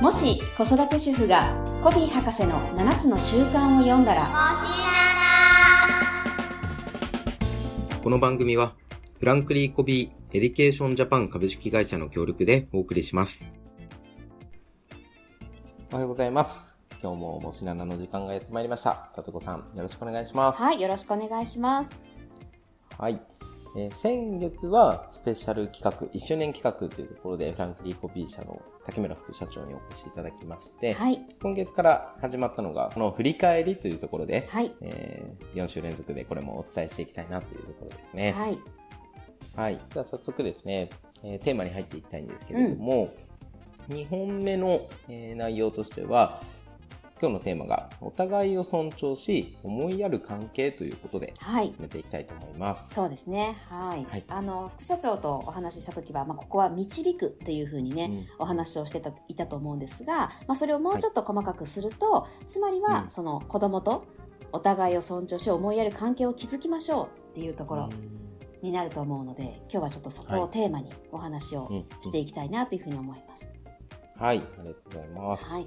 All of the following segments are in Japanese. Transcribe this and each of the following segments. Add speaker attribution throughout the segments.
Speaker 1: もし子育て主婦がコビー博士の7つの習慣を読んだら
Speaker 2: この番組は、フランクリー・コビー・エディケーション・ジャパン株式会社の協力でお送りします。おはようございます。今日ももしななの時間がやってまいりました。たつこさん、よろしくお願いします。
Speaker 1: はいよろしくお願いします
Speaker 2: はい。えー先月はスペシャル企画、1周年企画というところで、フランクリー・コビー社の竹村副社長にお越しいただきまして、
Speaker 1: はい
Speaker 2: 今月から始まったのが、この振り返りというところで、
Speaker 1: はい
Speaker 2: え4週連続でこれもお伝えしていきたいなというところですね。
Speaker 1: はい
Speaker 2: はい、じゃあ早速ですね、えーテーマに入っていきたいんですけれども、2本目の、えー内容としては今日のテーマが「お互いを尊重し思いやる関係」ということで
Speaker 1: はい
Speaker 2: 進めていきたいと思います。
Speaker 1: そうですねはい、
Speaker 2: はい
Speaker 1: あの副社長とお話しした時は、まあ、ここは導くっていうふうにね、
Speaker 2: うん
Speaker 1: お話をしてたいたと思うんですが、まあ、それをもうちょっと細かくすると、つまりは、
Speaker 2: うん
Speaker 1: その子供とお互いを尊重し思いやる関係を築きましょうっていうところになると思うので、今日はちょっとそこを
Speaker 2: はい
Speaker 1: テーマにお話
Speaker 2: うん
Speaker 1: を
Speaker 2: うん
Speaker 1: していきたいなというふうに思います。
Speaker 2: はい、ありがとうございます。
Speaker 1: はい、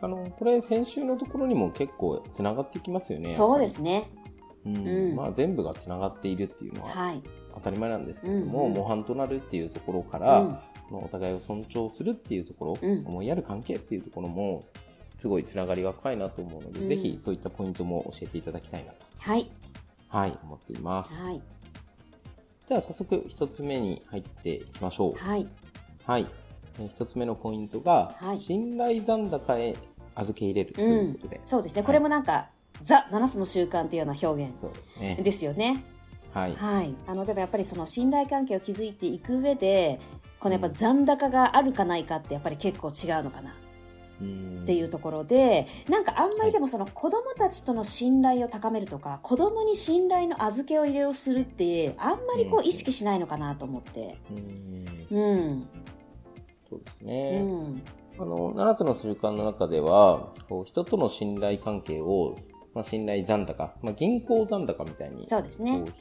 Speaker 2: あのこれ先週のところにも結構つながってきますよね。
Speaker 1: そうです
Speaker 2: ね。
Speaker 1: ね。
Speaker 2: うん
Speaker 1: うん
Speaker 2: まあ全部がつながっているっていうのは
Speaker 1: はい、
Speaker 2: 当たり前なんですけれども、
Speaker 1: うんうん
Speaker 2: 模範となるっていうところか
Speaker 1: う
Speaker 2: ら、
Speaker 1: ん、
Speaker 2: まあお互いを尊重するっていうところ、
Speaker 1: うん
Speaker 2: 思いやる関係っていうところもすごいつながりが深いなと思うので、
Speaker 1: うん
Speaker 2: ぜひそういったポイントも教えていただきたいなと、
Speaker 1: はい、
Speaker 2: はい、思っています、
Speaker 1: はい、
Speaker 2: では早速一つ目に入っていきましょう
Speaker 1: はい、
Speaker 2: はいえー一つ目のポイントが、
Speaker 1: はい
Speaker 2: 信頼残高へ預け入れるということで、
Speaker 1: そうですね。これもなんか、ザ七つの習慣というような表現
Speaker 2: そうですね
Speaker 1: ですよね。
Speaker 2: はい、
Speaker 1: はい、あのでもやっぱりその信頼関係を築いていく上で、このやっぱ残高があるかないかってやっぱり結構違うのかな。
Speaker 2: うん
Speaker 1: っていうところでなんかあんまりでもその子供たちとの信頼を高めるとか、子供に信頼の預けを入れをするってあんまりこ
Speaker 2: うん
Speaker 1: う意識しないのかなと思って
Speaker 2: うん
Speaker 1: うん
Speaker 2: そうです
Speaker 1: う
Speaker 2: ね、
Speaker 1: ん
Speaker 2: あの、7つの習慣の中では、こう人との信頼関係を、まあ、信頼残高、まあ、銀行残高みたいに、
Speaker 1: そうですね
Speaker 2: こ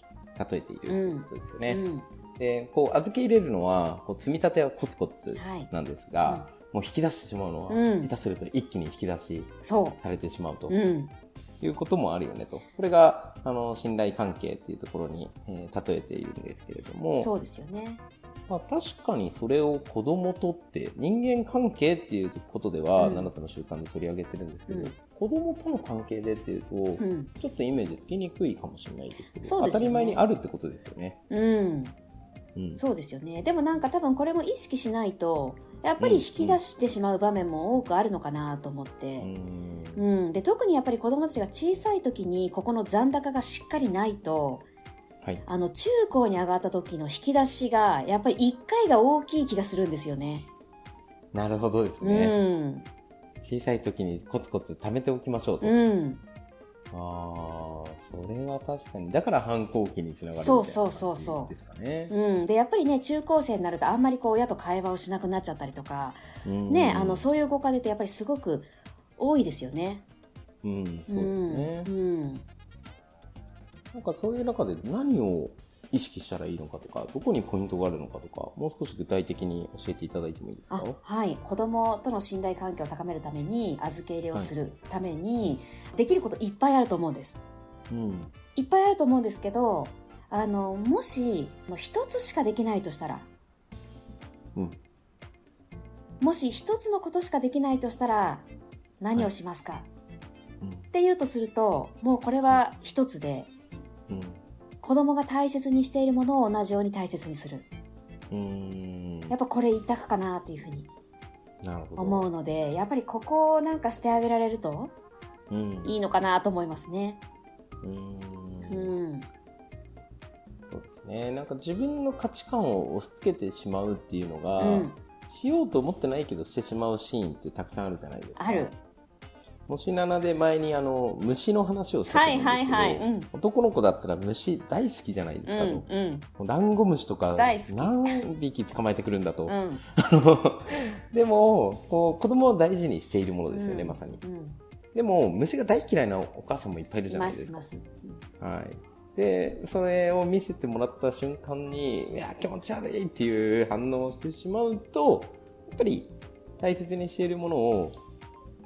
Speaker 2: う例えているということですよ
Speaker 1: う
Speaker 2: ね。
Speaker 1: ん
Speaker 2: で、こう、預け入れるのは、こう積み立てはコツコツ
Speaker 1: はい
Speaker 2: なんですが、もう引き出してしまうのは、
Speaker 1: うん
Speaker 2: 下手すると一気に引き出し
Speaker 1: そ
Speaker 2: されてしまうと
Speaker 1: ううん
Speaker 2: いうこともあるよねと。これが、あの、信頼関係っていうところに、えー例えているんですけれども、
Speaker 1: そうですよね
Speaker 2: まあ、確かにそれを子供とって人間関係っていうことでは
Speaker 1: うん
Speaker 2: 7つの習慣で取り上げてるんですけど、
Speaker 1: うん
Speaker 2: 子供との関係でっていうと、
Speaker 1: うん
Speaker 2: ちょっとイメージつきにくいかもしれないですけど
Speaker 1: そうですよね
Speaker 2: 当たり前にあるってことですよね。
Speaker 1: うん
Speaker 2: うん
Speaker 1: そうですよねでもなんか多分これも意識しないとやっぱり引き出してしまう場面も多くあるのかなと思って、
Speaker 2: うん
Speaker 1: うん、で特にやっぱり子どもたちが小さい時にここの残高がしっかりないと
Speaker 2: はい、
Speaker 1: あの中高に上がった時の引き出しがやっぱり1回が大きい気がするんですよね。
Speaker 2: なるほどです
Speaker 1: う
Speaker 2: ね、
Speaker 1: ん、
Speaker 2: 小さい時にコツコツ貯めておきましょうと、あ
Speaker 1: うん、
Speaker 2: あーそれは確かにだから反抗期につながるみたいな
Speaker 1: そうそうそうそう
Speaker 2: 感じですかね。
Speaker 1: うん、でやっぱりね中高生になるとあんまりこう親と会話をしなくなっちゃったりとか、
Speaker 2: うん
Speaker 1: ね、あのそういうご家庭ってやっぱりすごく多いですよね。
Speaker 2: うん、そうですね、
Speaker 1: うんうん
Speaker 2: なんかそういう中で何を意識したらいいのかとか、どこにポイントがあるのかとか、もう少し具体的に教えていただいてもいいですか
Speaker 1: あはい、子供との信頼関係を高めるために預け入れをするために、できることいっぱいあると思うんです。
Speaker 2: うん。
Speaker 1: いっぱいあると思うんですけどあのもしあの一つしかできないとしたら
Speaker 2: うん。
Speaker 1: もし一つのことしかできないとしたら何をしますか、っていうとするともうこれは一つで
Speaker 2: うん。
Speaker 1: 子供が大切にしているものを同じように大切にする
Speaker 2: うん。
Speaker 1: やっぱこれ一択かなっていうふうに
Speaker 2: なるほど。
Speaker 1: 思うのでやっぱりここをなんかしてあげられると
Speaker 2: うん。
Speaker 1: いいのかなと思いますね。
Speaker 2: うん。
Speaker 1: うん、
Speaker 2: そうですね。なんか自分の価値観を押し付けてしまうっていうのが、
Speaker 1: うん、
Speaker 2: しようと思ってないけどしてしまうシーンってたくさんあるじゃないですか。
Speaker 1: ある。
Speaker 2: もし7で前にあの、虫の話をした
Speaker 1: は
Speaker 2: と思
Speaker 1: い
Speaker 2: うんですけど、
Speaker 1: はいはい、うん、
Speaker 2: 男の子だったら虫大好きじゃないです
Speaker 1: う
Speaker 2: かと。
Speaker 1: んうん
Speaker 2: ダンゴムシとか
Speaker 1: 大好き
Speaker 2: 何匹捕まえてくるんだ
Speaker 1: う
Speaker 2: と、
Speaker 1: ん
Speaker 2: でもこう子供を大事にしているものですよね、
Speaker 1: うん
Speaker 2: まさに
Speaker 1: うん
Speaker 2: でも虫が大嫌いなお母さんもいっぱいいる
Speaker 1: い
Speaker 2: じゃな
Speaker 1: ま
Speaker 2: いです
Speaker 1: い
Speaker 2: すか
Speaker 1: ます。
Speaker 2: はい、でそれを見せてもらった瞬間にいや気持ち悪いっていう反応をしてしまうとやっぱり大切にしているものを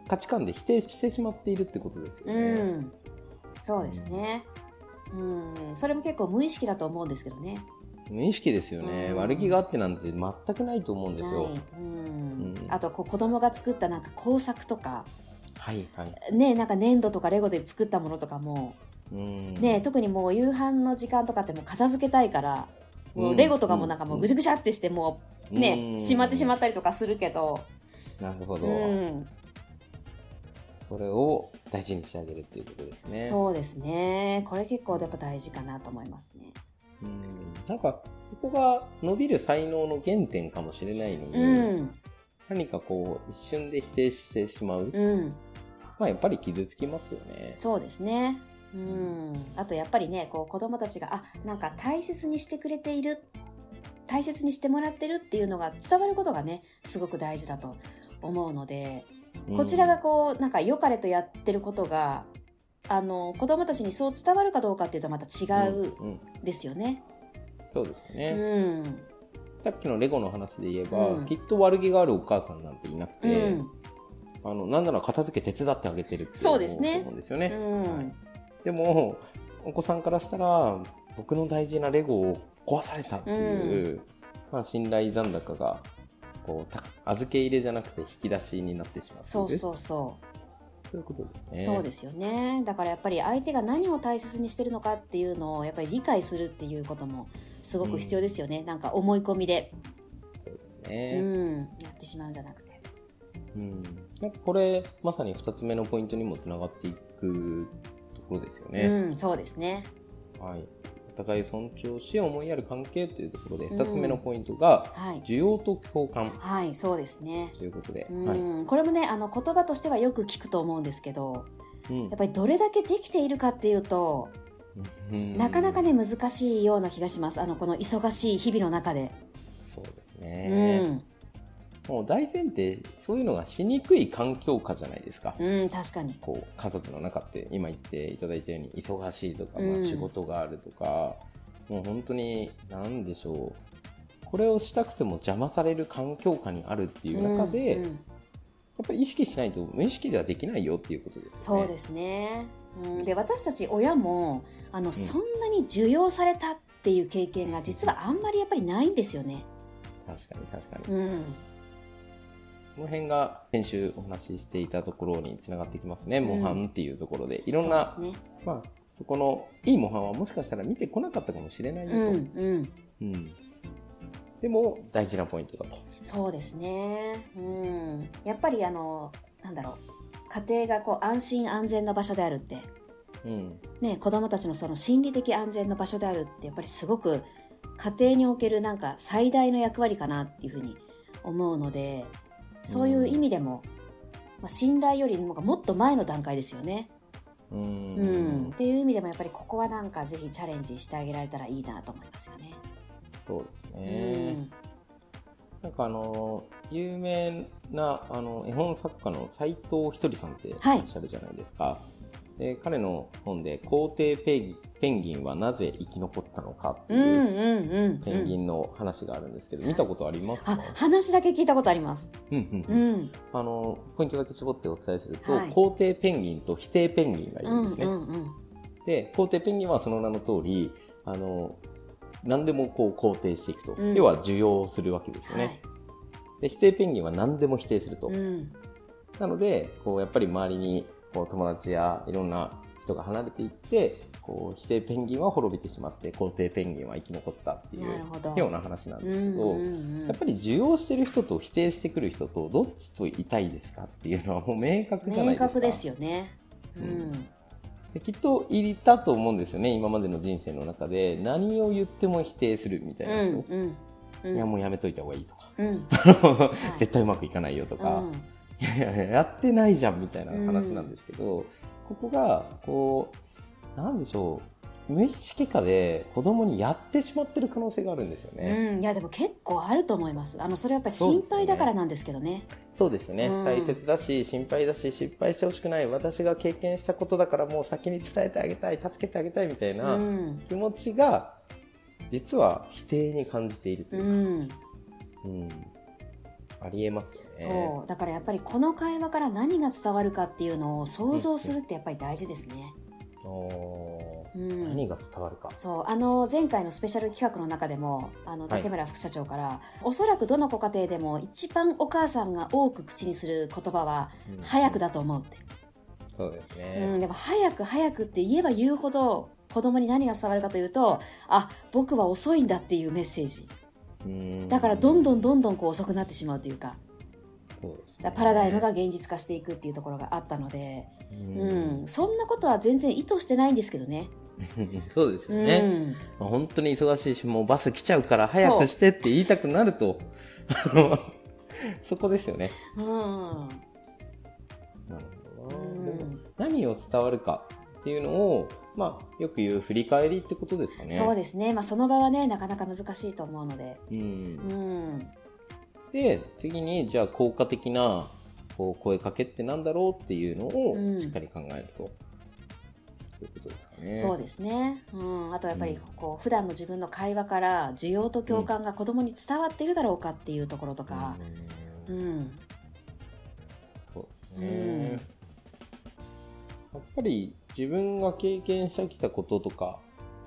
Speaker 2: 価値観で否定してしまっているってことですよ
Speaker 1: う
Speaker 2: ね。
Speaker 1: ん。そうですね。うん。それも結構無意識だと思うんですけどね。
Speaker 2: 無意識ですよね、
Speaker 1: うん
Speaker 2: 悪気があってなんて全くないと思うんですよ。
Speaker 1: はいう
Speaker 2: うんん。
Speaker 1: あとこう子供が作ったなんか工作とか、
Speaker 2: はいはい。
Speaker 1: ね、なんか粘土とかレゴで作ったものとかも、
Speaker 2: うん
Speaker 1: ね、特にもう夕飯の時間とかってもう片付けたいから、もううんレゴとかもなんかもうぐちゃぐちゃってしてもうね、しまってしま
Speaker 2: っ
Speaker 1: ったりとかするけど、
Speaker 2: た。なるほど、
Speaker 1: うん。
Speaker 2: それを大事にしてあげるっていうことですね。
Speaker 1: そうですね。これ結構やっぱ大事かなと思いますね。
Speaker 2: うんなんかそこが伸びる才能の原点かもしれないのに、
Speaker 1: うん。
Speaker 2: 何かこう一瞬で否定してしまう、
Speaker 1: うん。
Speaker 2: まあやっぱり傷つきますよね。
Speaker 1: そうですね。うん。あとやっぱりね、こう子供たちが、あ、なんか大切にしてくれている、大切にしてもらってるっていうのが伝わることがね、すごく大事だと思うので、こちらがこう、なんか良かれとやってることが、あの、子供たちにそう伝わるかどうかっていうとまた違うん
Speaker 2: ん
Speaker 1: ですよね。
Speaker 2: そうですよね
Speaker 1: う、ん。
Speaker 2: さっきのレゴの話で言えば、
Speaker 1: うん
Speaker 2: きっと悪気があるお母さんなんていなく
Speaker 1: う
Speaker 2: て、
Speaker 1: ん。
Speaker 2: あのなんなら片付け手伝ってあげてるってい
Speaker 1: そうですね
Speaker 2: 思うんですよね。
Speaker 1: う
Speaker 2: は
Speaker 1: ん
Speaker 2: い。でもお子さんからしたら僕の大事なレゴを壊されたっていう、まあ、信頼残高がこうた預け入れじゃなくて引き出しになってしまっている
Speaker 1: そうそうそう。
Speaker 2: ということですね。
Speaker 1: そうですよねだからやっぱり相手が何を大切にしてるのかっていうのをやっぱり理解するっていうこともすごく必要ですよね、なんか思い込みで、
Speaker 2: そうです
Speaker 1: う
Speaker 2: ね、
Speaker 1: ん、やってしまうんじゃなくて
Speaker 2: うんなんかこれまさに2つ目のポイントにもつながっていくところですよね。
Speaker 1: うんそうですね
Speaker 2: はい、お互い尊重し思いやる関係というところで2つ目のポイントが
Speaker 1: はい
Speaker 2: 需要と共感
Speaker 1: はいそうですね
Speaker 2: ということで。
Speaker 1: うん、
Speaker 2: はい
Speaker 1: これもねあの言葉としてはよく聞くと思うんですけど
Speaker 2: うん
Speaker 1: やっぱりどれだけできているかっていうと、
Speaker 2: うん
Speaker 1: なかなかね難しいような気がしますあのこの忙しい日々の中で、
Speaker 2: そうですね、
Speaker 1: うん
Speaker 2: もう大前提そういうのがしにくい環境下じゃないですか、
Speaker 1: うん確かに
Speaker 2: こう家族の中って今言っていただいたように忙しいとか、
Speaker 1: う
Speaker 2: ま
Speaker 1: ん
Speaker 2: あ、仕事があるとか、もう本当に何でしょうこれをしたくても邪魔される環境下にあるっていう中で、
Speaker 1: うん
Speaker 2: や
Speaker 1: う
Speaker 2: っ
Speaker 1: ん
Speaker 2: ぱり意識しないと無意識ではできないよっていうことです
Speaker 1: そ
Speaker 2: よね。
Speaker 1: うですね。うん、で私たち親もあの、そんなに受容されたっていう経験が実はあんまりやっぱりないんですよね。
Speaker 2: 確かに確かに、
Speaker 1: うん、
Speaker 2: この辺が先週お話ししていたところにつながってきますね、
Speaker 1: ん
Speaker 2: 模範っていうところでいろんな
Speaker 1: そうですね。
Speaker 2: まあ、そこのいい模範はもしかしたら見てこなかったかもしれないよ
Speaker 1: う
Speaker 2: と、
Speaker 1: んうん、
Speaker 2: うんでも大事なポイントだと、
Speaker 1: そうですね。うん、やっぱりあのなんだろう、家庭がこう安心安全な場所であるって。
Speaker 2: うん
Speaker 1: ね、子供たちのその心理的安全の場所であるってやっぱりすごく家庭におけるなんか最大の役割かなっていうふうに思うのでそういう意味でも、まあ、信頼よりももっと前の段階ですよね、
Speaker 2: うん
Speaker 1: うん、っていう意味でもやっぱりここはなんかぜひチャレンジしてあげられたらいいなと思いますよね。
Speaker 2: そうですね、なんかあの有名なあの絵本作家の斎藤ひとりさんってい
Speaker 1: はい
Speaker 2: らっしゃるじゃないですか、で彼の本で「皇帝ペンペンギンはなぜ生き残ったのか」って
Speaker 1: う
Speaker 2: い
Speaker 1: ん、うん
Speaker 2: う、
Speaker 1: うんうん
Speaker 2: ペンギ
Speaker 1: ン
Speaker 2: ンの話があるんですけど、見たことありますか
Speaker 1: あ、話だけ聞いたことあります。
Speaker 2: うんう
Speaker 1: うん
Speaker 2: うん
Speaker 1: ん、
Speaker 2: あのポイントだけ絞ってお伝えすると、
Speaker 1: はい
Speaker 2: 皇帝ペンギンと否定ペンギンがいうるん
Speaker 1: ん、
Speaker 2: ですね。
Speaker 1: うん、うん、
Speaker 2: で皇帝ペンギンはその名の通りあの何でもこう肯定していくと、
Speaker 1: うん
Speaker 2: 要は受容するわけですよ
Speaker 1: は
Speaker 2: ね、
Speaker 1: い、
Speaker 2: で否定ペンギンは何でも否定すると、
Speaker 1: うん、
Speaker 2: なのでこうやっぱり周りにこう友達やいろんな人が離れていってこう否定ペンギンは滅びてしまって肯定ペンギンは生き残ったってい
Speaker 1: なる
Speaker 2: う
Speaker 1: ほど。
Speaker 2: ような話なん
Speaker 1: う
Speaker 2: で
Speaker 1: ん、
Speaker 2: すけど、
Speaker 1: うん、うん
Speaker 2: やっぱり受容してる人と否定してくる人とどっちと痛いですかっていうのはもう明確じゃな
Speaker 1: 明
Speaker 2: いですか。
Speaker 1: 確ですよね。う
Speaker 2: うんん、できっといたと思うんですよね今までの人生の中で何を言っても否定するみた
Speaker 1: う
Speaker 2: いな人、
Speaker 1: ん、うん、うん、
Speaker 2: いやもうやめといた方がいいとか
Speaker 1: うん、
Speaker 2: 絶対うまくいかないよとか、
Speaker 1: うん、
Speaker 2: いやい ややってないじゃんみたいな話なんですけど、ここがこうなんでしょう無意識下で子供にやってしまってる可能性があるんですよね。
Speaker 1: うん、いやでも結構あると思います。あのそれはやっぱり心配だからなんですけどね。
Speaker 2: そうですね、
Speaker 1: うん
Speaker 2: 大切だし心配だし失敗してほしくない私が経験したことだからもう先に伝えてあげたい助けてあげたいみたいうな、
Speaker 1: ん、
Speaker 2: 気持ちが実は否定に感じていると
Speaker 1: う
Speaker 2: いうか、
Speaker 1: ん、
Speaker 2: うんありえますよね。
Speaker 1: そうだからやっぱりこの会話から何が伝わるかっていうのを想像するってやっぱり大事ですね。
Speaker 2: おー
Speaker 1: うん、
Speaker 2: 何が伝わるか。
Speaker 1: そうあの前回のスペシャル企画の中でもあの
Speaker 2: はい
Speaker 1: 竹村副社長から、おそらくどのご家庭でも一番お母さんが多く口にする言葉は
Speaker 2: うん
Speaker 1: 「早くだと思う」って、
Speaker 2: そうです
Speaker 1: う
Speaker 2: ね
Speaker 1: ん、。でも「早く早く」って言えば言うほど子供に何が伝わるかというと「あ僕は遅いんだ」っていうメッセージ
Speaker 2: うん
Speaker 1: だからどんどんどんどんこう遅くなってしまうというか
Speaker 2: そうですね
Speaker 1: だからパラダイムが現実化していくっていうところがあったので、
Speaker 2: う
Speaker 1: うん
Speaker 2: ん、
Speaker 1: そんなことは全然意図してないんですけどね。
Speaker 2: そうですよね。
Speaker 1: うん
Speaker 2: まあ本当に忙しいし、もうバス来ちゃうから早くしてって言いたくなると、 あのそこですよね。
Speaker 1: うん
Speaker 2: なるほ
Speaker 1: う
Speaker 2: どな。でも
Speaker 1: ん
Speaker 2: 何を伝わるかっていうのを、まあ、よく言う振り返りってことですかね。
Speaker 1: そうですね、まあ、その場はねなかなか難しいと思うので、
Speaker 2: うん
Speaker 1: う、ん、
Speaker 2: で次にじゃあ効果的なこう声かけってなんだろうっていう
Speaker 1: う
Speaker 2: のを
Speaker 1: ん
Speaker 2: しっかり考えると、ということですかね。
Speaker 1: そうですね、うん、あとやっぱ
Speaker 2: う
Speaker 1: り
Speaker 2: ん
Speaker 1: こう普段の自分の会話から需要と共感が子供に伝わっているだろうかっていうところとか、う
Speaker 2: うん
Speaker 1: ん
Speaker 2: そうですね、やっぱり自分が経験してきたこととか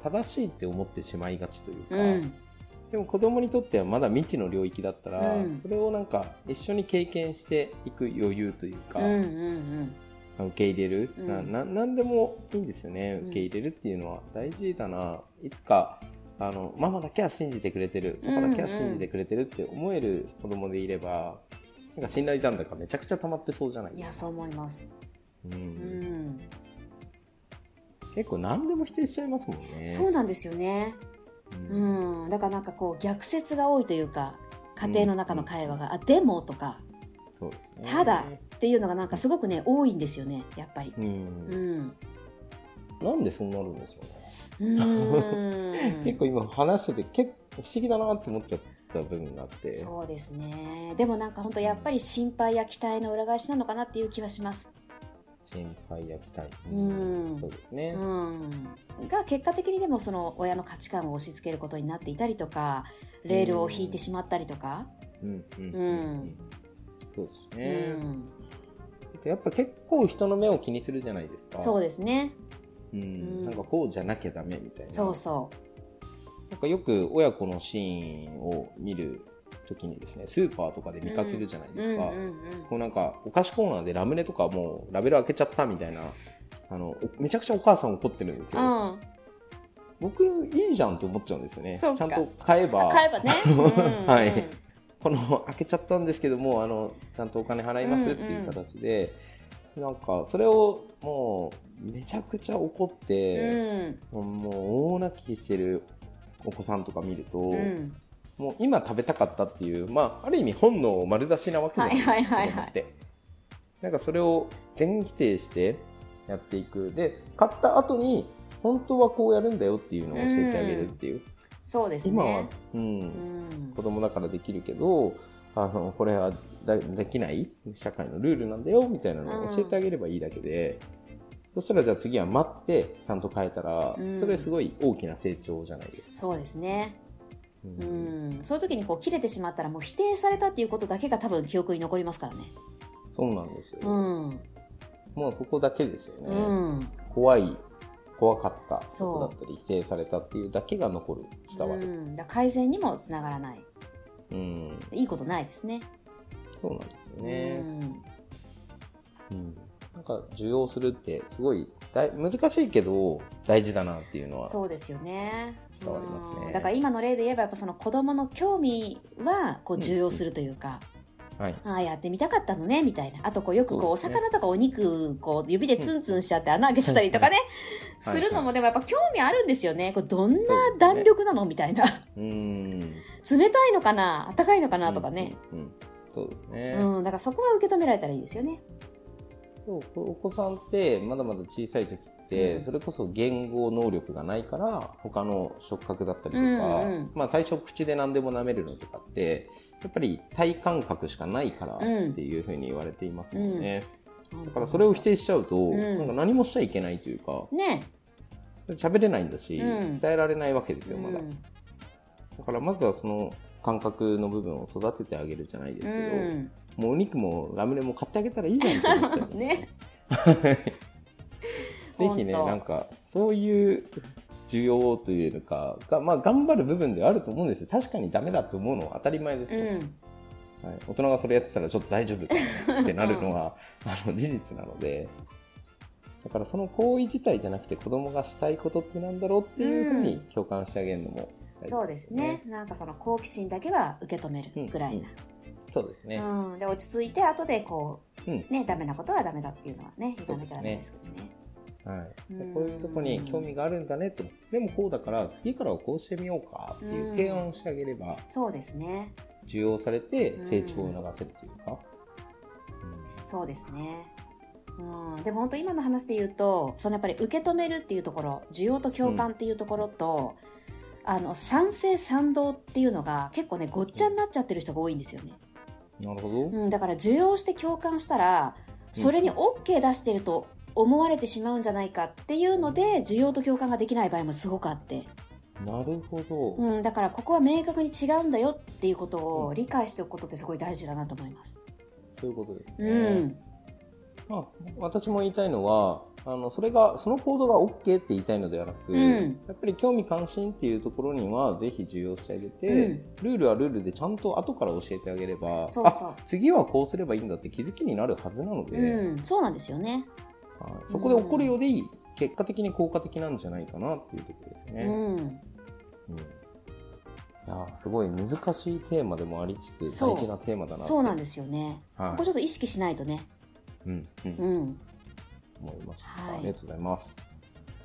Speaker 2: 正しいって思ってしまいがちというか、
Speaker 1: うん
Speaker 2: でも子供にとってはまだ未知の領域だったら、
Speaker 1: うん
Speaker 2: それをなんか一緒に経験していく余裕というか、
Speaker 1: うんうん
Speaker 2: 受け入れる、
Speaker 1: うん
Speaker 2: なな何でもいいんですよね
Speaker 1: うん
Speaker 2: 受け入れるっていうのは大事だな、いつかあのママだけは信じてくれてるパパだけは信じてくれてるって思える子供でいれば、なんか信頼残高めちゃくちゃ溜まってそうじゃない
Speaker 1: うんい
Speaker 2: で
Speaker 1: や
Speaker 2: す
Speaker 1: そ
Speaker 2: か、
Speaker 1: う思います、
Speaker 2: うん
Speaker 1: うん
Speaker 2: 結構何でも否定しちゃいますもんね
Speaker 1: そうなんですよね、
Speaker 2: うん
Speaker 1: うん、だからなんかこう逆説が多いというか家庭の中の会話が「あでも」とか
Speaker 2: そうですね
Speaker 1: ただっていうのがなんかすごくね多いんですよねやっぱり
Speaker 2: う。ん、
Speaker 1: うん
Speaker 2: なんでそうなるんですよね、
Speaker 1: う ーん
Speaker 2: 結構今話してて結構不思議だなって思っちゃった部分があって
Speaker 1: そうですねでもなんか本当やっぱり心配や期待の裏返しなのかなっていう気はします、
Speaker 2: 心配や期待、
Speaker 1: うん
Speaker 2: そうですね、
Speaker 1: うん、が結果的にでもその親の価値観を押し付けることになっていたりとかレールを引いてしまったりとか、
Speaker 2: うんうん
Speaker 1: うん
Speaker 2: そうです
Speaker 1: うん
Speaker 2: ね、やっぱ結構人の目を気にするじゃないですか
Speaker 1: そうですね
Speaker 2: うん
Speaker 1: うん
Speaker 2: なんかこうじゃなきゃダメみたいな
Speaker 1: そうそ、
Speaker 2: なんかよく親子のシーンを見るときにですねスーパーとかで見かけるじゃないうですか、
Speaker 1: うんうんうん
Speaker 2: こうなんかお菓子コーナーでラムネとかもうラベル開けちゃったみたいなあのおめちゃくちゃお母さん怒ってるんですよ、
Speaker 1: うん
Speaker 2: 僕いいじゃんって思っちゃうんですよねち
Speaker 1: そう
Speaker 2: ゃ
Speaker 1: か
Speaker 2: んと買えば
Speaker 1: 買えば ね、うん
Speaker 2: はい
Speaker 1: うん
Speaker 2: この開けちゃったんですけどもあのちゃんとお金払いますっていう形で、なんかそれをもうめちゃくちゃ怒っ
Speaker 1: う
Speaker 2: て、
Speaker 1: ん
Speaker 2: もう大泣きしてるお子さんとか見ると、
Speaker 1: うん
Speaker 2: もう今食べたかったっていう、まあ、ある意味本能丸出しなわけじゃないですか、
Speaker 1: はいはいはいはい
Speaker 2: 子供ってなんかそれを全否定してやっていくで買った後に本当はこうやるんだよっていうのを教えてあげるっていう、
Speaker 1: そうです
Speaker 2: 今は
Speaker 1: ね、
Speaker 2: うん
Speaker 1: う、ん
Speaker 2: 子供だからできるけどあのこれはだできない社会のルールなんだよみたいなのを
Speaker 1: うん
Speaker 2: 教えてあげればいいだけで、そしたらじゃあ次は待ってちゃんと変えたら、
Speaker 1: うん
Speaker 2: それすごい大きな成長じゃないですか。
Speaker 1: そうですね
Speaker 2: う
Speaker 1: うんんそういう時にこう切れてしまったらもう否定されたっていうことだけが多分記憶に残りますからね
Speaker 2: そうなんですよ、
Speaker 1: うん
Speaker 2: もうそこだけですよね、
Speaker 1: うん
Speaker 2: 怖い怖かった
Speaker 1: そう
Speaker 2: ことだったり否定されたっていうだけが残る伝わ
Speaker 1: う
Speaker 2: る、
Speaker 1: ん、だから改善にもつながらない
Speaker 2: うん
Speaker 1: いいことないですね
Speaker 2: そうなんですよね、
Speaker 1: うん
Speaker 2: うんなんか受容するってすごいだい難しいけど大事だなっていうのは
Speaker 1: そうですよね
Speaker 2: 伝わりますね
Speaker 1: うんだから今の例で言えばやっぱその子供の興味はこう重要するというか、
Speaker 2: はい、
Speaker 1: ああやってみたかったのねみたいなあとこうよくこうお
Speaker 2: そうですね
Speaker 1: 魚とかお肉こう指でツンツンしちゃって穴開けちゃったりとかね、
Speaker 2: はい
Speaker 1: するのもでもやっぱ興味あるんですよねこれどんな弾力なのみたいな
Speaker 2: うーん
Speaker 1: 冷たいのかな温かいのかなとかね、
Speaker 2: うんうんうんそうです
Speaker 1: う
Speaker 2: ね、
Speaker 1: んだからそこは受け止められたらいいですよね
Speaker 2: そうお子さんってまだまだ小さい時って、
Speaker 1: うん
Speaker 2: それこそ言語能力がないから他の触覚だったりとか、
Speaker 1: うんうん
Speaker 2: まあ、最初口で何でも舐めるのとかってやっぱり体感覚しかないからって
Speaker 1: うん
Speaker 2: いうふうに言われていますもんね、
Speaker 1: だ
Speaker 2: だからそれを否定しちゃうと、
Speaker 1: ん
Speaker 2: なんか何もしちゃいけないというか
Speaker 1: ね
Speaker 2: 喋れないんだし、
Speaker 1: うん
Speaker 2: 伝えられないわけですよまだ、
Speaker 1: うん
Speaker 2: だからまずはその感覚の部分を育ててあげるじゃないですけど、
Speaker 1: うん
Speaker 2: もうお肉もラムネも買ってあげたらいいじゃんって思っちゃいま す
Speaker 1: ね。
Speaker 2: ぜひね、
Speaker 1: ほんと
Speaker 2: なんか、そういう需要というか、がまあ、頑張る部分ではあると思うんですよ。確かにダメだと思うのは当たり前です
Speaker 1: う
Speaker 2: けど、
Speaker 1: ん
Speaker 2: はい、大人がそれやってたらちょっと大丈夫ってなるのは、 あの事実なので、だからその行為自体じゃなくて子供がしたいことってなんだろうっていうふうに共感してあげるのも大
Speaker 1: そ
Speaker 2: 事
Speaker 1: うですね。なんかその好奇心だけは受け止めるぐらいな。
Speaker 2: そうですね。
Speaker 1: うん、で落ち着いて後でこう、
Speaker 2: うん
Speaker 1: ねダメなことはダメだっていうのはね言わなきゃダメですけどね。
Speaker 2: はい、で
Speaker 1: うん
Speaker 2: こういうとこに興味があるんだねとでもこうだから次からはこうしてみようかっていう提案をしてあげれば
Speaker 1: そうですね。
Speaker 2: 受容されて成長を促せるというか、
Speaker 1: そうですね。うん、でも本当今の話で言うとそのやっぱり受け止めるっていうところ需要と共感っていうところと、あの賛成賛同っていうのが結構ねごっちゃになっちゃってる人が多いんですよね、
Speaker 2: なるほど、
Speaker 1: うん、だから需要して共感したらそれに OK 出してると思われてしまうんじゃないかっていうので需要と共感ができない場合もすごくあって、
Speaker 2: なるほど、
Speaker 1: うん、だからここは明確に違うんだよっていうこと
Speaker 2: う
Speaker 1: を
Speaker 2: ん
Speaker 1: 理解しておくことってすごい大事だなと思います。
Speaker 2: そういうことです
Speaker 1: う
Speaker 2: ね、
Speaker 1: ん、
Speaker 2: まあ、私も言いたいのはあのそれがその行動が OK って言いたいのではなく、
Speaker 1: うん
Speaker 2: やっぱり興味関心っていうところにはぜひ重要してあげて、
Speaker 1: うん
Speaker 2: ルールはルールでちゃんと後から教えてあげれば
Speaker 1: そうそう
Speaker 2: あ次はこうすればいいんだって気づきになるはずなので、
Speaker 1: うん、そうなんですよね。
Speaker 2: はいそこで起こるより結果的に効果的なんじゃないかなっていうところですよね。
Speaker 1: うん、
Speaker 2: うんいやーすごい難しいテーマでもありつつ
Speaker 1: そう
Speaker 2: 大事なテーマだなって
Speaker 1: そうなんですよね。
Speaker 2: はい
Speaker 1: ここちょっと意識しないとね。
Speaker 2: うんうん
Speaker 1: うん。
Speaker 2: 思いました、
Speaker 1: はい
Speaker 2: ありがとうございます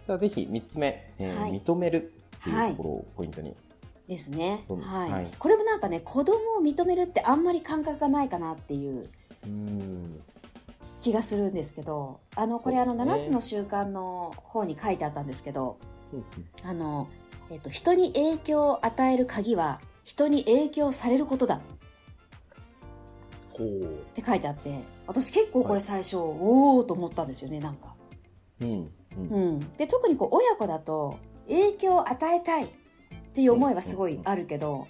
Speaker 2: ではぜひ3つ目、えー
Speaker 1: はい
Speaker 2: 認めるっていうところをポイントに、
Speaker 1: ですね。
Speaker 2: うん
Speaker 1: はい。
Speaker 2: はい
Speaker 1: これもなんかね、子供を認めるってあんまり感覚がないかなっていう
Speaker 2: うーん
Speaker 1: 気がするんですけど、あの、これ、あの、
Speaker 2: そうですね
Speaker 1: 7つの習慣の方に書いてあったんですけど、
Speaker 2: うん
Speaker 1: あの、えっと、人に影響を与える鍵は、人に影響されることだっ
Speaker 2: こう
Speaker 1: て書いてあって、私結構こ
Speaker 2: は
Speaker 1: れ
Speaker 2: い
Speaker 1: 最初、おーと思ったんですよね、なんか。
Speaker 2: うんうん
Speaker 1: うん、で特にこう親子だと影響を与えたいっていう思いはすごいあるけど、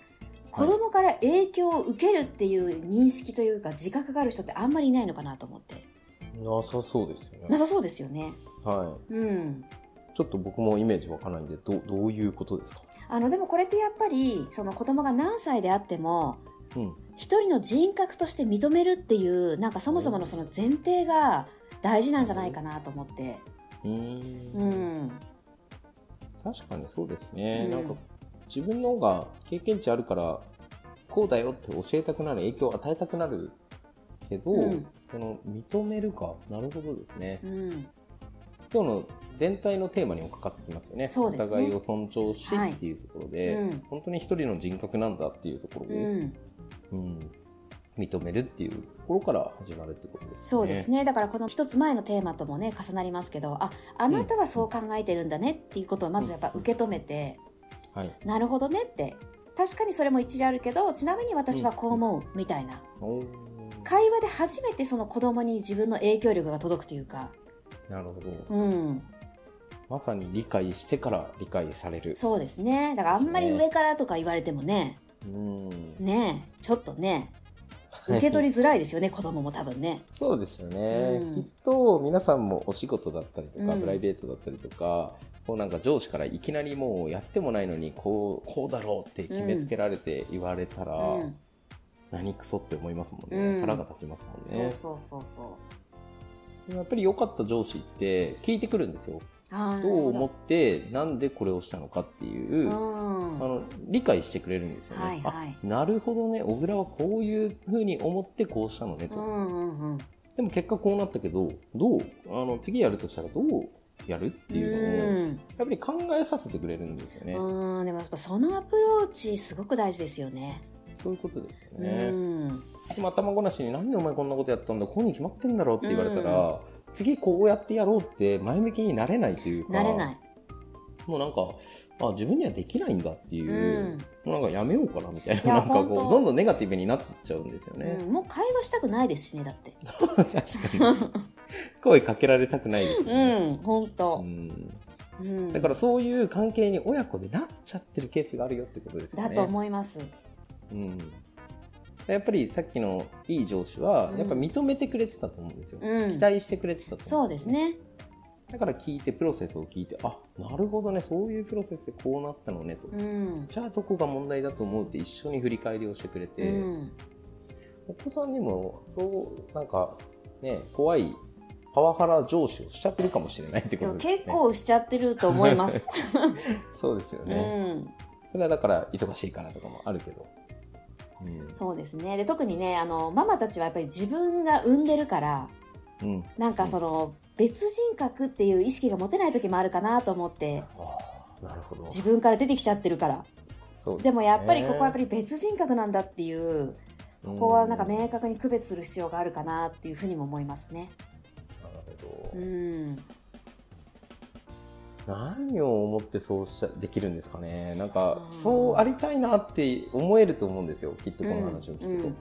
Speaker 1: 子供から影響を受けるっていう認識というか自覚がある人ってあんまりいないのかなと思って
Speaker 2: なさそうですよ
Speaker 1: な
Speaker 2: ね
Speaker 1: さそうですよね。
Speaker 2: は
Speaker 1: うん、
Speaker 2: いちょっと僕もイメージわからないんでどどういうことですか
Speaker 1: あのでもこれってやっぱりその子供が何歳であっても
Speaker 2: うん
Speaker 1: 一人の人格として認めるっていうなんかそもそものその前提が大事なんじゃないかなと思って。
Speaker 2: うーん
Speaker 1: うん、
Speaker 2: 確かにそうですね、
Speaker 1: うん
Speaker 2: なんか自分の方が経験値あるからこうだよって教えたくなる影響を与えたくなるけど、
Speaker 1: うん
Speaker 2: その認めるかなるほどですね、
Speaker 1: うん、
Speaker 2: 今日の全体のテーマにもかかってきますよね
Speaker 1: そうですね
Speaker 2: お互いを尊重し
Speaker 1: はい
Speaker 2: っていうところで、
Speaker 1: うん
Speaker 2: 本当に一人の人格なんだっていうところ
Speaker 1: う
Speaker 2: を、
Speaker 1: ん
Speaker 2: うん認めるっていうところから始まるってことですね。
Speaker 1: そうですねだからこの一つ前のテーマともね重なりますけどああなたはそう考えてるんだねっていうことをまずやっぱ受け止めて、
Speaker 2: はい、
Speaker 1: なるほどねって確かにそれも一理あるけどちなみに私はこう思うみたいな
Speaker 2: おー
Speaker 1: 会話で初めてその子供に自分の影響力が届くというか、
Speaker 2: なるほど、
Speaker 1: うん、
Speaker 2: まさに理解してから理解される。
Speaker 1: そうですねだからあんまり上からとか言われてもね
Speaker 2: うん
Speaker 1: ねえちょっとね受け取りづらいですよね子供も多分ね。
Speaker 2: そうですよね、
Speaker 1: うん
Speaker 2: きっと皆さんもお仕事だったりとか、
Speaker 1: うん
Speaker 2: プライベートだったりとかこうなんか上司からいきなりもうやってもないのにこうこうだろうって決めつけられて言われたら、
Speaker 1: うん
Speaker 2: 何クソって思いますもんね、
Speaker 1: うん
Speaker 2: 腹が立ちますもん
Speaker 1: そ
Speaker 2: ね
Speaker 1: うそうそうそ
Speaker 2: でもやっぱり良かった上司って聞いてくるんですよ
Speaker 1: う。あー
Speaker 2: どう思ってなんでこれをしたのかっていう、
Speaker 1: な
Speaker 2: あ
Speaker 1: るほど
Speaker 2: の理解してくれるんですよね、
Speaker 1: はいはい
Speaker 2: あなるほどね小倉はこういうふうに思ってこうしたのね
Speaker 1: う
Speaker 2: と、
Speaker 1: んうんうんうん
Speaker 2: でも結果こうなったけどどうあの次やるとしたらどうやるっていうのをやっ
Speaker 1: ん
Speaker 2: ぱり考えさせてくれるんですよね、
Speaker 1: うんでもやっぱそのアプローチすごく大事ですよね。
Speaker 2: そういうことですよ
Speaker 1: う
Speaker 2: ね、
Speaker 1: ん
Speaker 2: でも頭ごなしに「なんでお前こんなことやったんだこうに決まってんだろ」って言われたら、次こうやってやろうって前向きになれないというか
Speaker 1: なれない。
Speaker 2: もうなんかあ自分にはできないんだっていうう、
Speaker 1: ん
Speaker 2: もうなんかやめようかなみたい
Speaker 1: い
Speaker 2: な
Speaker 1: や
Speaker 2: なんかこう
Speaker 1: 本当
Speaker 2: どんどんネガティブになってっちゃうんですよ
Speaker 1: う
Speaker 2: ね、
Speaker 1: んもう会話したくないですしねだって。
Speaker 2: 確かに声かけられたくないですよね、
Speaker 1: うん本当。
Speaker 2: うん
Speaker 1: うん
Speaker 2: だからそういう関係に親子でなっちゃってるケースがあるよってことですよ
Speaker 1: だ
Speaker 2: ね。
Speaker 1: と思います。
Speaker 2: うん、やっぱりさっきのいい上司は
Speaker 1: うん
Speaker 2: やっぱ認めてくれてたと思うんですよ、
Speaker 1: うん
Speaker 2: 期待してくれてたと思
Speaker 1: そうですね。
Speaker 2: だから聞いてプロセスを聞いてあなるほどねそういうプロセスでこうなったのねと、
Speaker 1: うん。
Speaker 2: じゃあどこが問題だと思うって一緒に振り返りをしてくれて、
Speaker 1: うん。
Speaker 2: お子さんにもそうなんかね怖いパワハラ上司をしちゃってるかもしれないって
Speaker 1: で
Speaker 2: こと
Speaker 1: も
Speaker 2: ですね
Speaker 1: 結構しちゃってると思います。
Speaker 2: そうですよ
Speaker 1: う
Speaker 2: ね、
Speaker 1: ん。
Speaker 2: それはだから忙しいからとかもあるけど、うん
Speaker 1: そうですね。で、特にね、あの、ママたちはやっぱり自分が産んでるから、
Speaker 2: うん、
Speaker 1: なんかその、別人格っていう意識が持てない時もあるかなと思って、
Speaker 2: あーなるほど
Speaker 1: 自分から出てきちゃってるから。
Speaker 2: そうす
Speaker 1: で
Speaker 2: ね
Speaker 1: もやっぱりここはやっぱり別人格なんだっていう、ここはなんか
Speaker 2: う
Speaker 1: 明確に区別する必要があるかなっていうふうにも思いますね。
Speaker 2: なるほど、
Speaker 1: うん。
Speaker 2: 何を思ってそうしちゃできるんですかねなんか
Speaker 1: うん
Speaker 2: そうありたいなって思えると思うんですよきっとこの話を聞くと、
Speaker 1: うんうん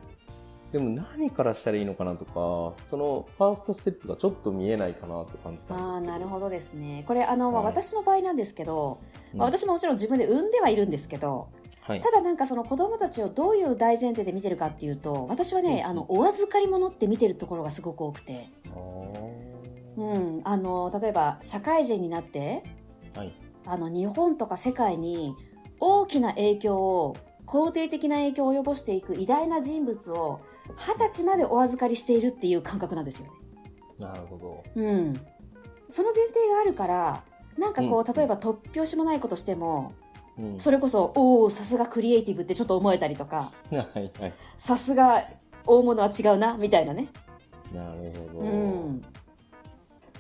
Speaker 2: でも何からしたらいいのかなとかそのファーストステップがちょっと見えないかなと感じたんですけど
Speaker 1: ああ、なるほどですね。これ、あの、まあ
Speaker 2: はい
Speaker 1: 私の場合なんですけど、まあ
Speaker 2: うん
Speaker 1: 私ももちろん自分で産んではいるんですけど、
Speaker 2: はい
Speaker 1: ただなんかその子供たちをどういう大前提で見てるかっていうと、私はね、
Speaker 2: うん
Speaker 1: あの、お預かり物って見てるところがすごく多くて、
Speaker 2: あー
Speaker 1: うん、あの、例えば社会人になって、
Speaker 2: はい
Speaker 1: あの、日本とか世界に大きな影響を、肯定的な影響を及ぼしていく偉大な人物を、二十歳までお預かりしているっていう感覚なんですよね。
Speaker 2: なるほど
Speaker 1: うん、その前提があるからなんかこう、例えば突拍子もないことしても、
Speaker 2: うん
Speaker 1: それこそ「おおさすがクリエイティブ」ってちょっと思えたりとか
Speaker 2: はいはい
Speaker 1: 「さすが大物は違うな」みたいなね。
Speaker 2: なるほど、
Speaker 1: うん、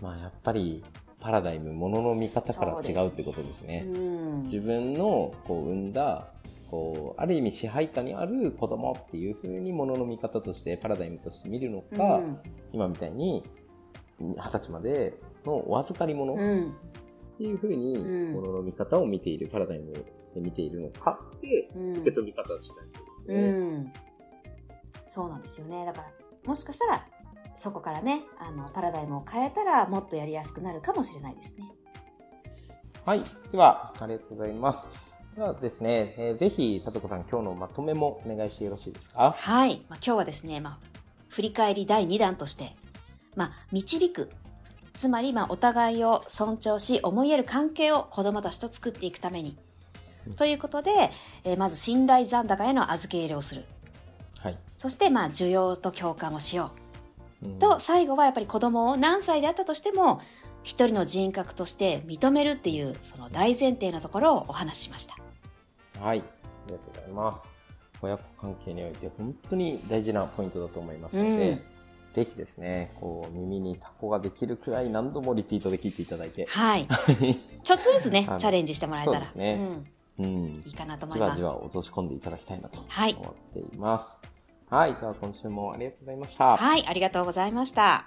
Speaker 2: まあやっぱりパラダイムものの見方から違うってことです
Speaker 1: う
Speaker 2: ね
Speaker 1: ん
Speaker 2: 自分のこう生んだこうある意味支配下にある子供っていう風にものの見方としてパラダイムとして見るの
Speaker 1: う
Speaker 2: か、
Speaker 1: ん
Speaker 2: 今みたいに二十歳までのお預かり物っ
Speaker 1: うん
Speaker 2: ていう風に
Speaker 1: うん
Speaker 2: ものの見方を見ているパラダイムで見ているのかって
Speaker 1: うん
Speaker 2: 受け取り方は違いそうです
Speaker 1: う
Speaker 2: ね。
Speaker 1: ん、そうなんですよねだからもしかしたらそこからねあのパラダイムを変えたらもっとやりやすくなるかもしれないですね。
Speaker 2: はい。では、ありがとうございます。ではですね、えーぜひ、さとこさん、今日のまとめもお願いしてよろしいですか
Speaker 1: はい、まあ、今日はですね、まあ、振り返り第2弾として、まあ、導くつまりまあお互いを尊重し思いやる関係を子どもたちと作っていくために
Speaker 2: うん
Speaker 1: ということで、えーまず信頼残高への預け入れをする
Speaker 2: はい。
Speaker 1: そしてまあ需要と共感をしよ
Speaker 2: うん
Speaker 1: うと最後はやっぱり子どもを何歳であったとしても一人の人格として認めるっていうその大前提のところをお話ししました。
Speaker 2: はい、ありがとうございます。親子関係において本当に大事なポイントだと思いますので、
Speaker 1: うん
Speaker 2: ぜひですね、こう耳にタコができるくらい何度もリピートで聞いていただいて、
Speaker 1: はい、ちょっとずつね
Speaker 2: あの
Speaker 1: チャレンジしてもらえた
Speaker 2: そう
Speaker 1: ら
Speaker 2: で、すね
Speaker 1: うん、
Speaker 2: うん
Speaker 1: い、いかなと思
Speaker 2: じ
Speaker 1: い
Speaker 2: わ
Speaker 1: ま
Speaker 2: じ
Speaker 1: す。
Speaker 2: わ落とし込んでいただきたいなと
Speaker 1: はい
Speaker 2: 思っています。はい、では今週もありがとうございました。
Speaker 1: はい、ありがとうございました。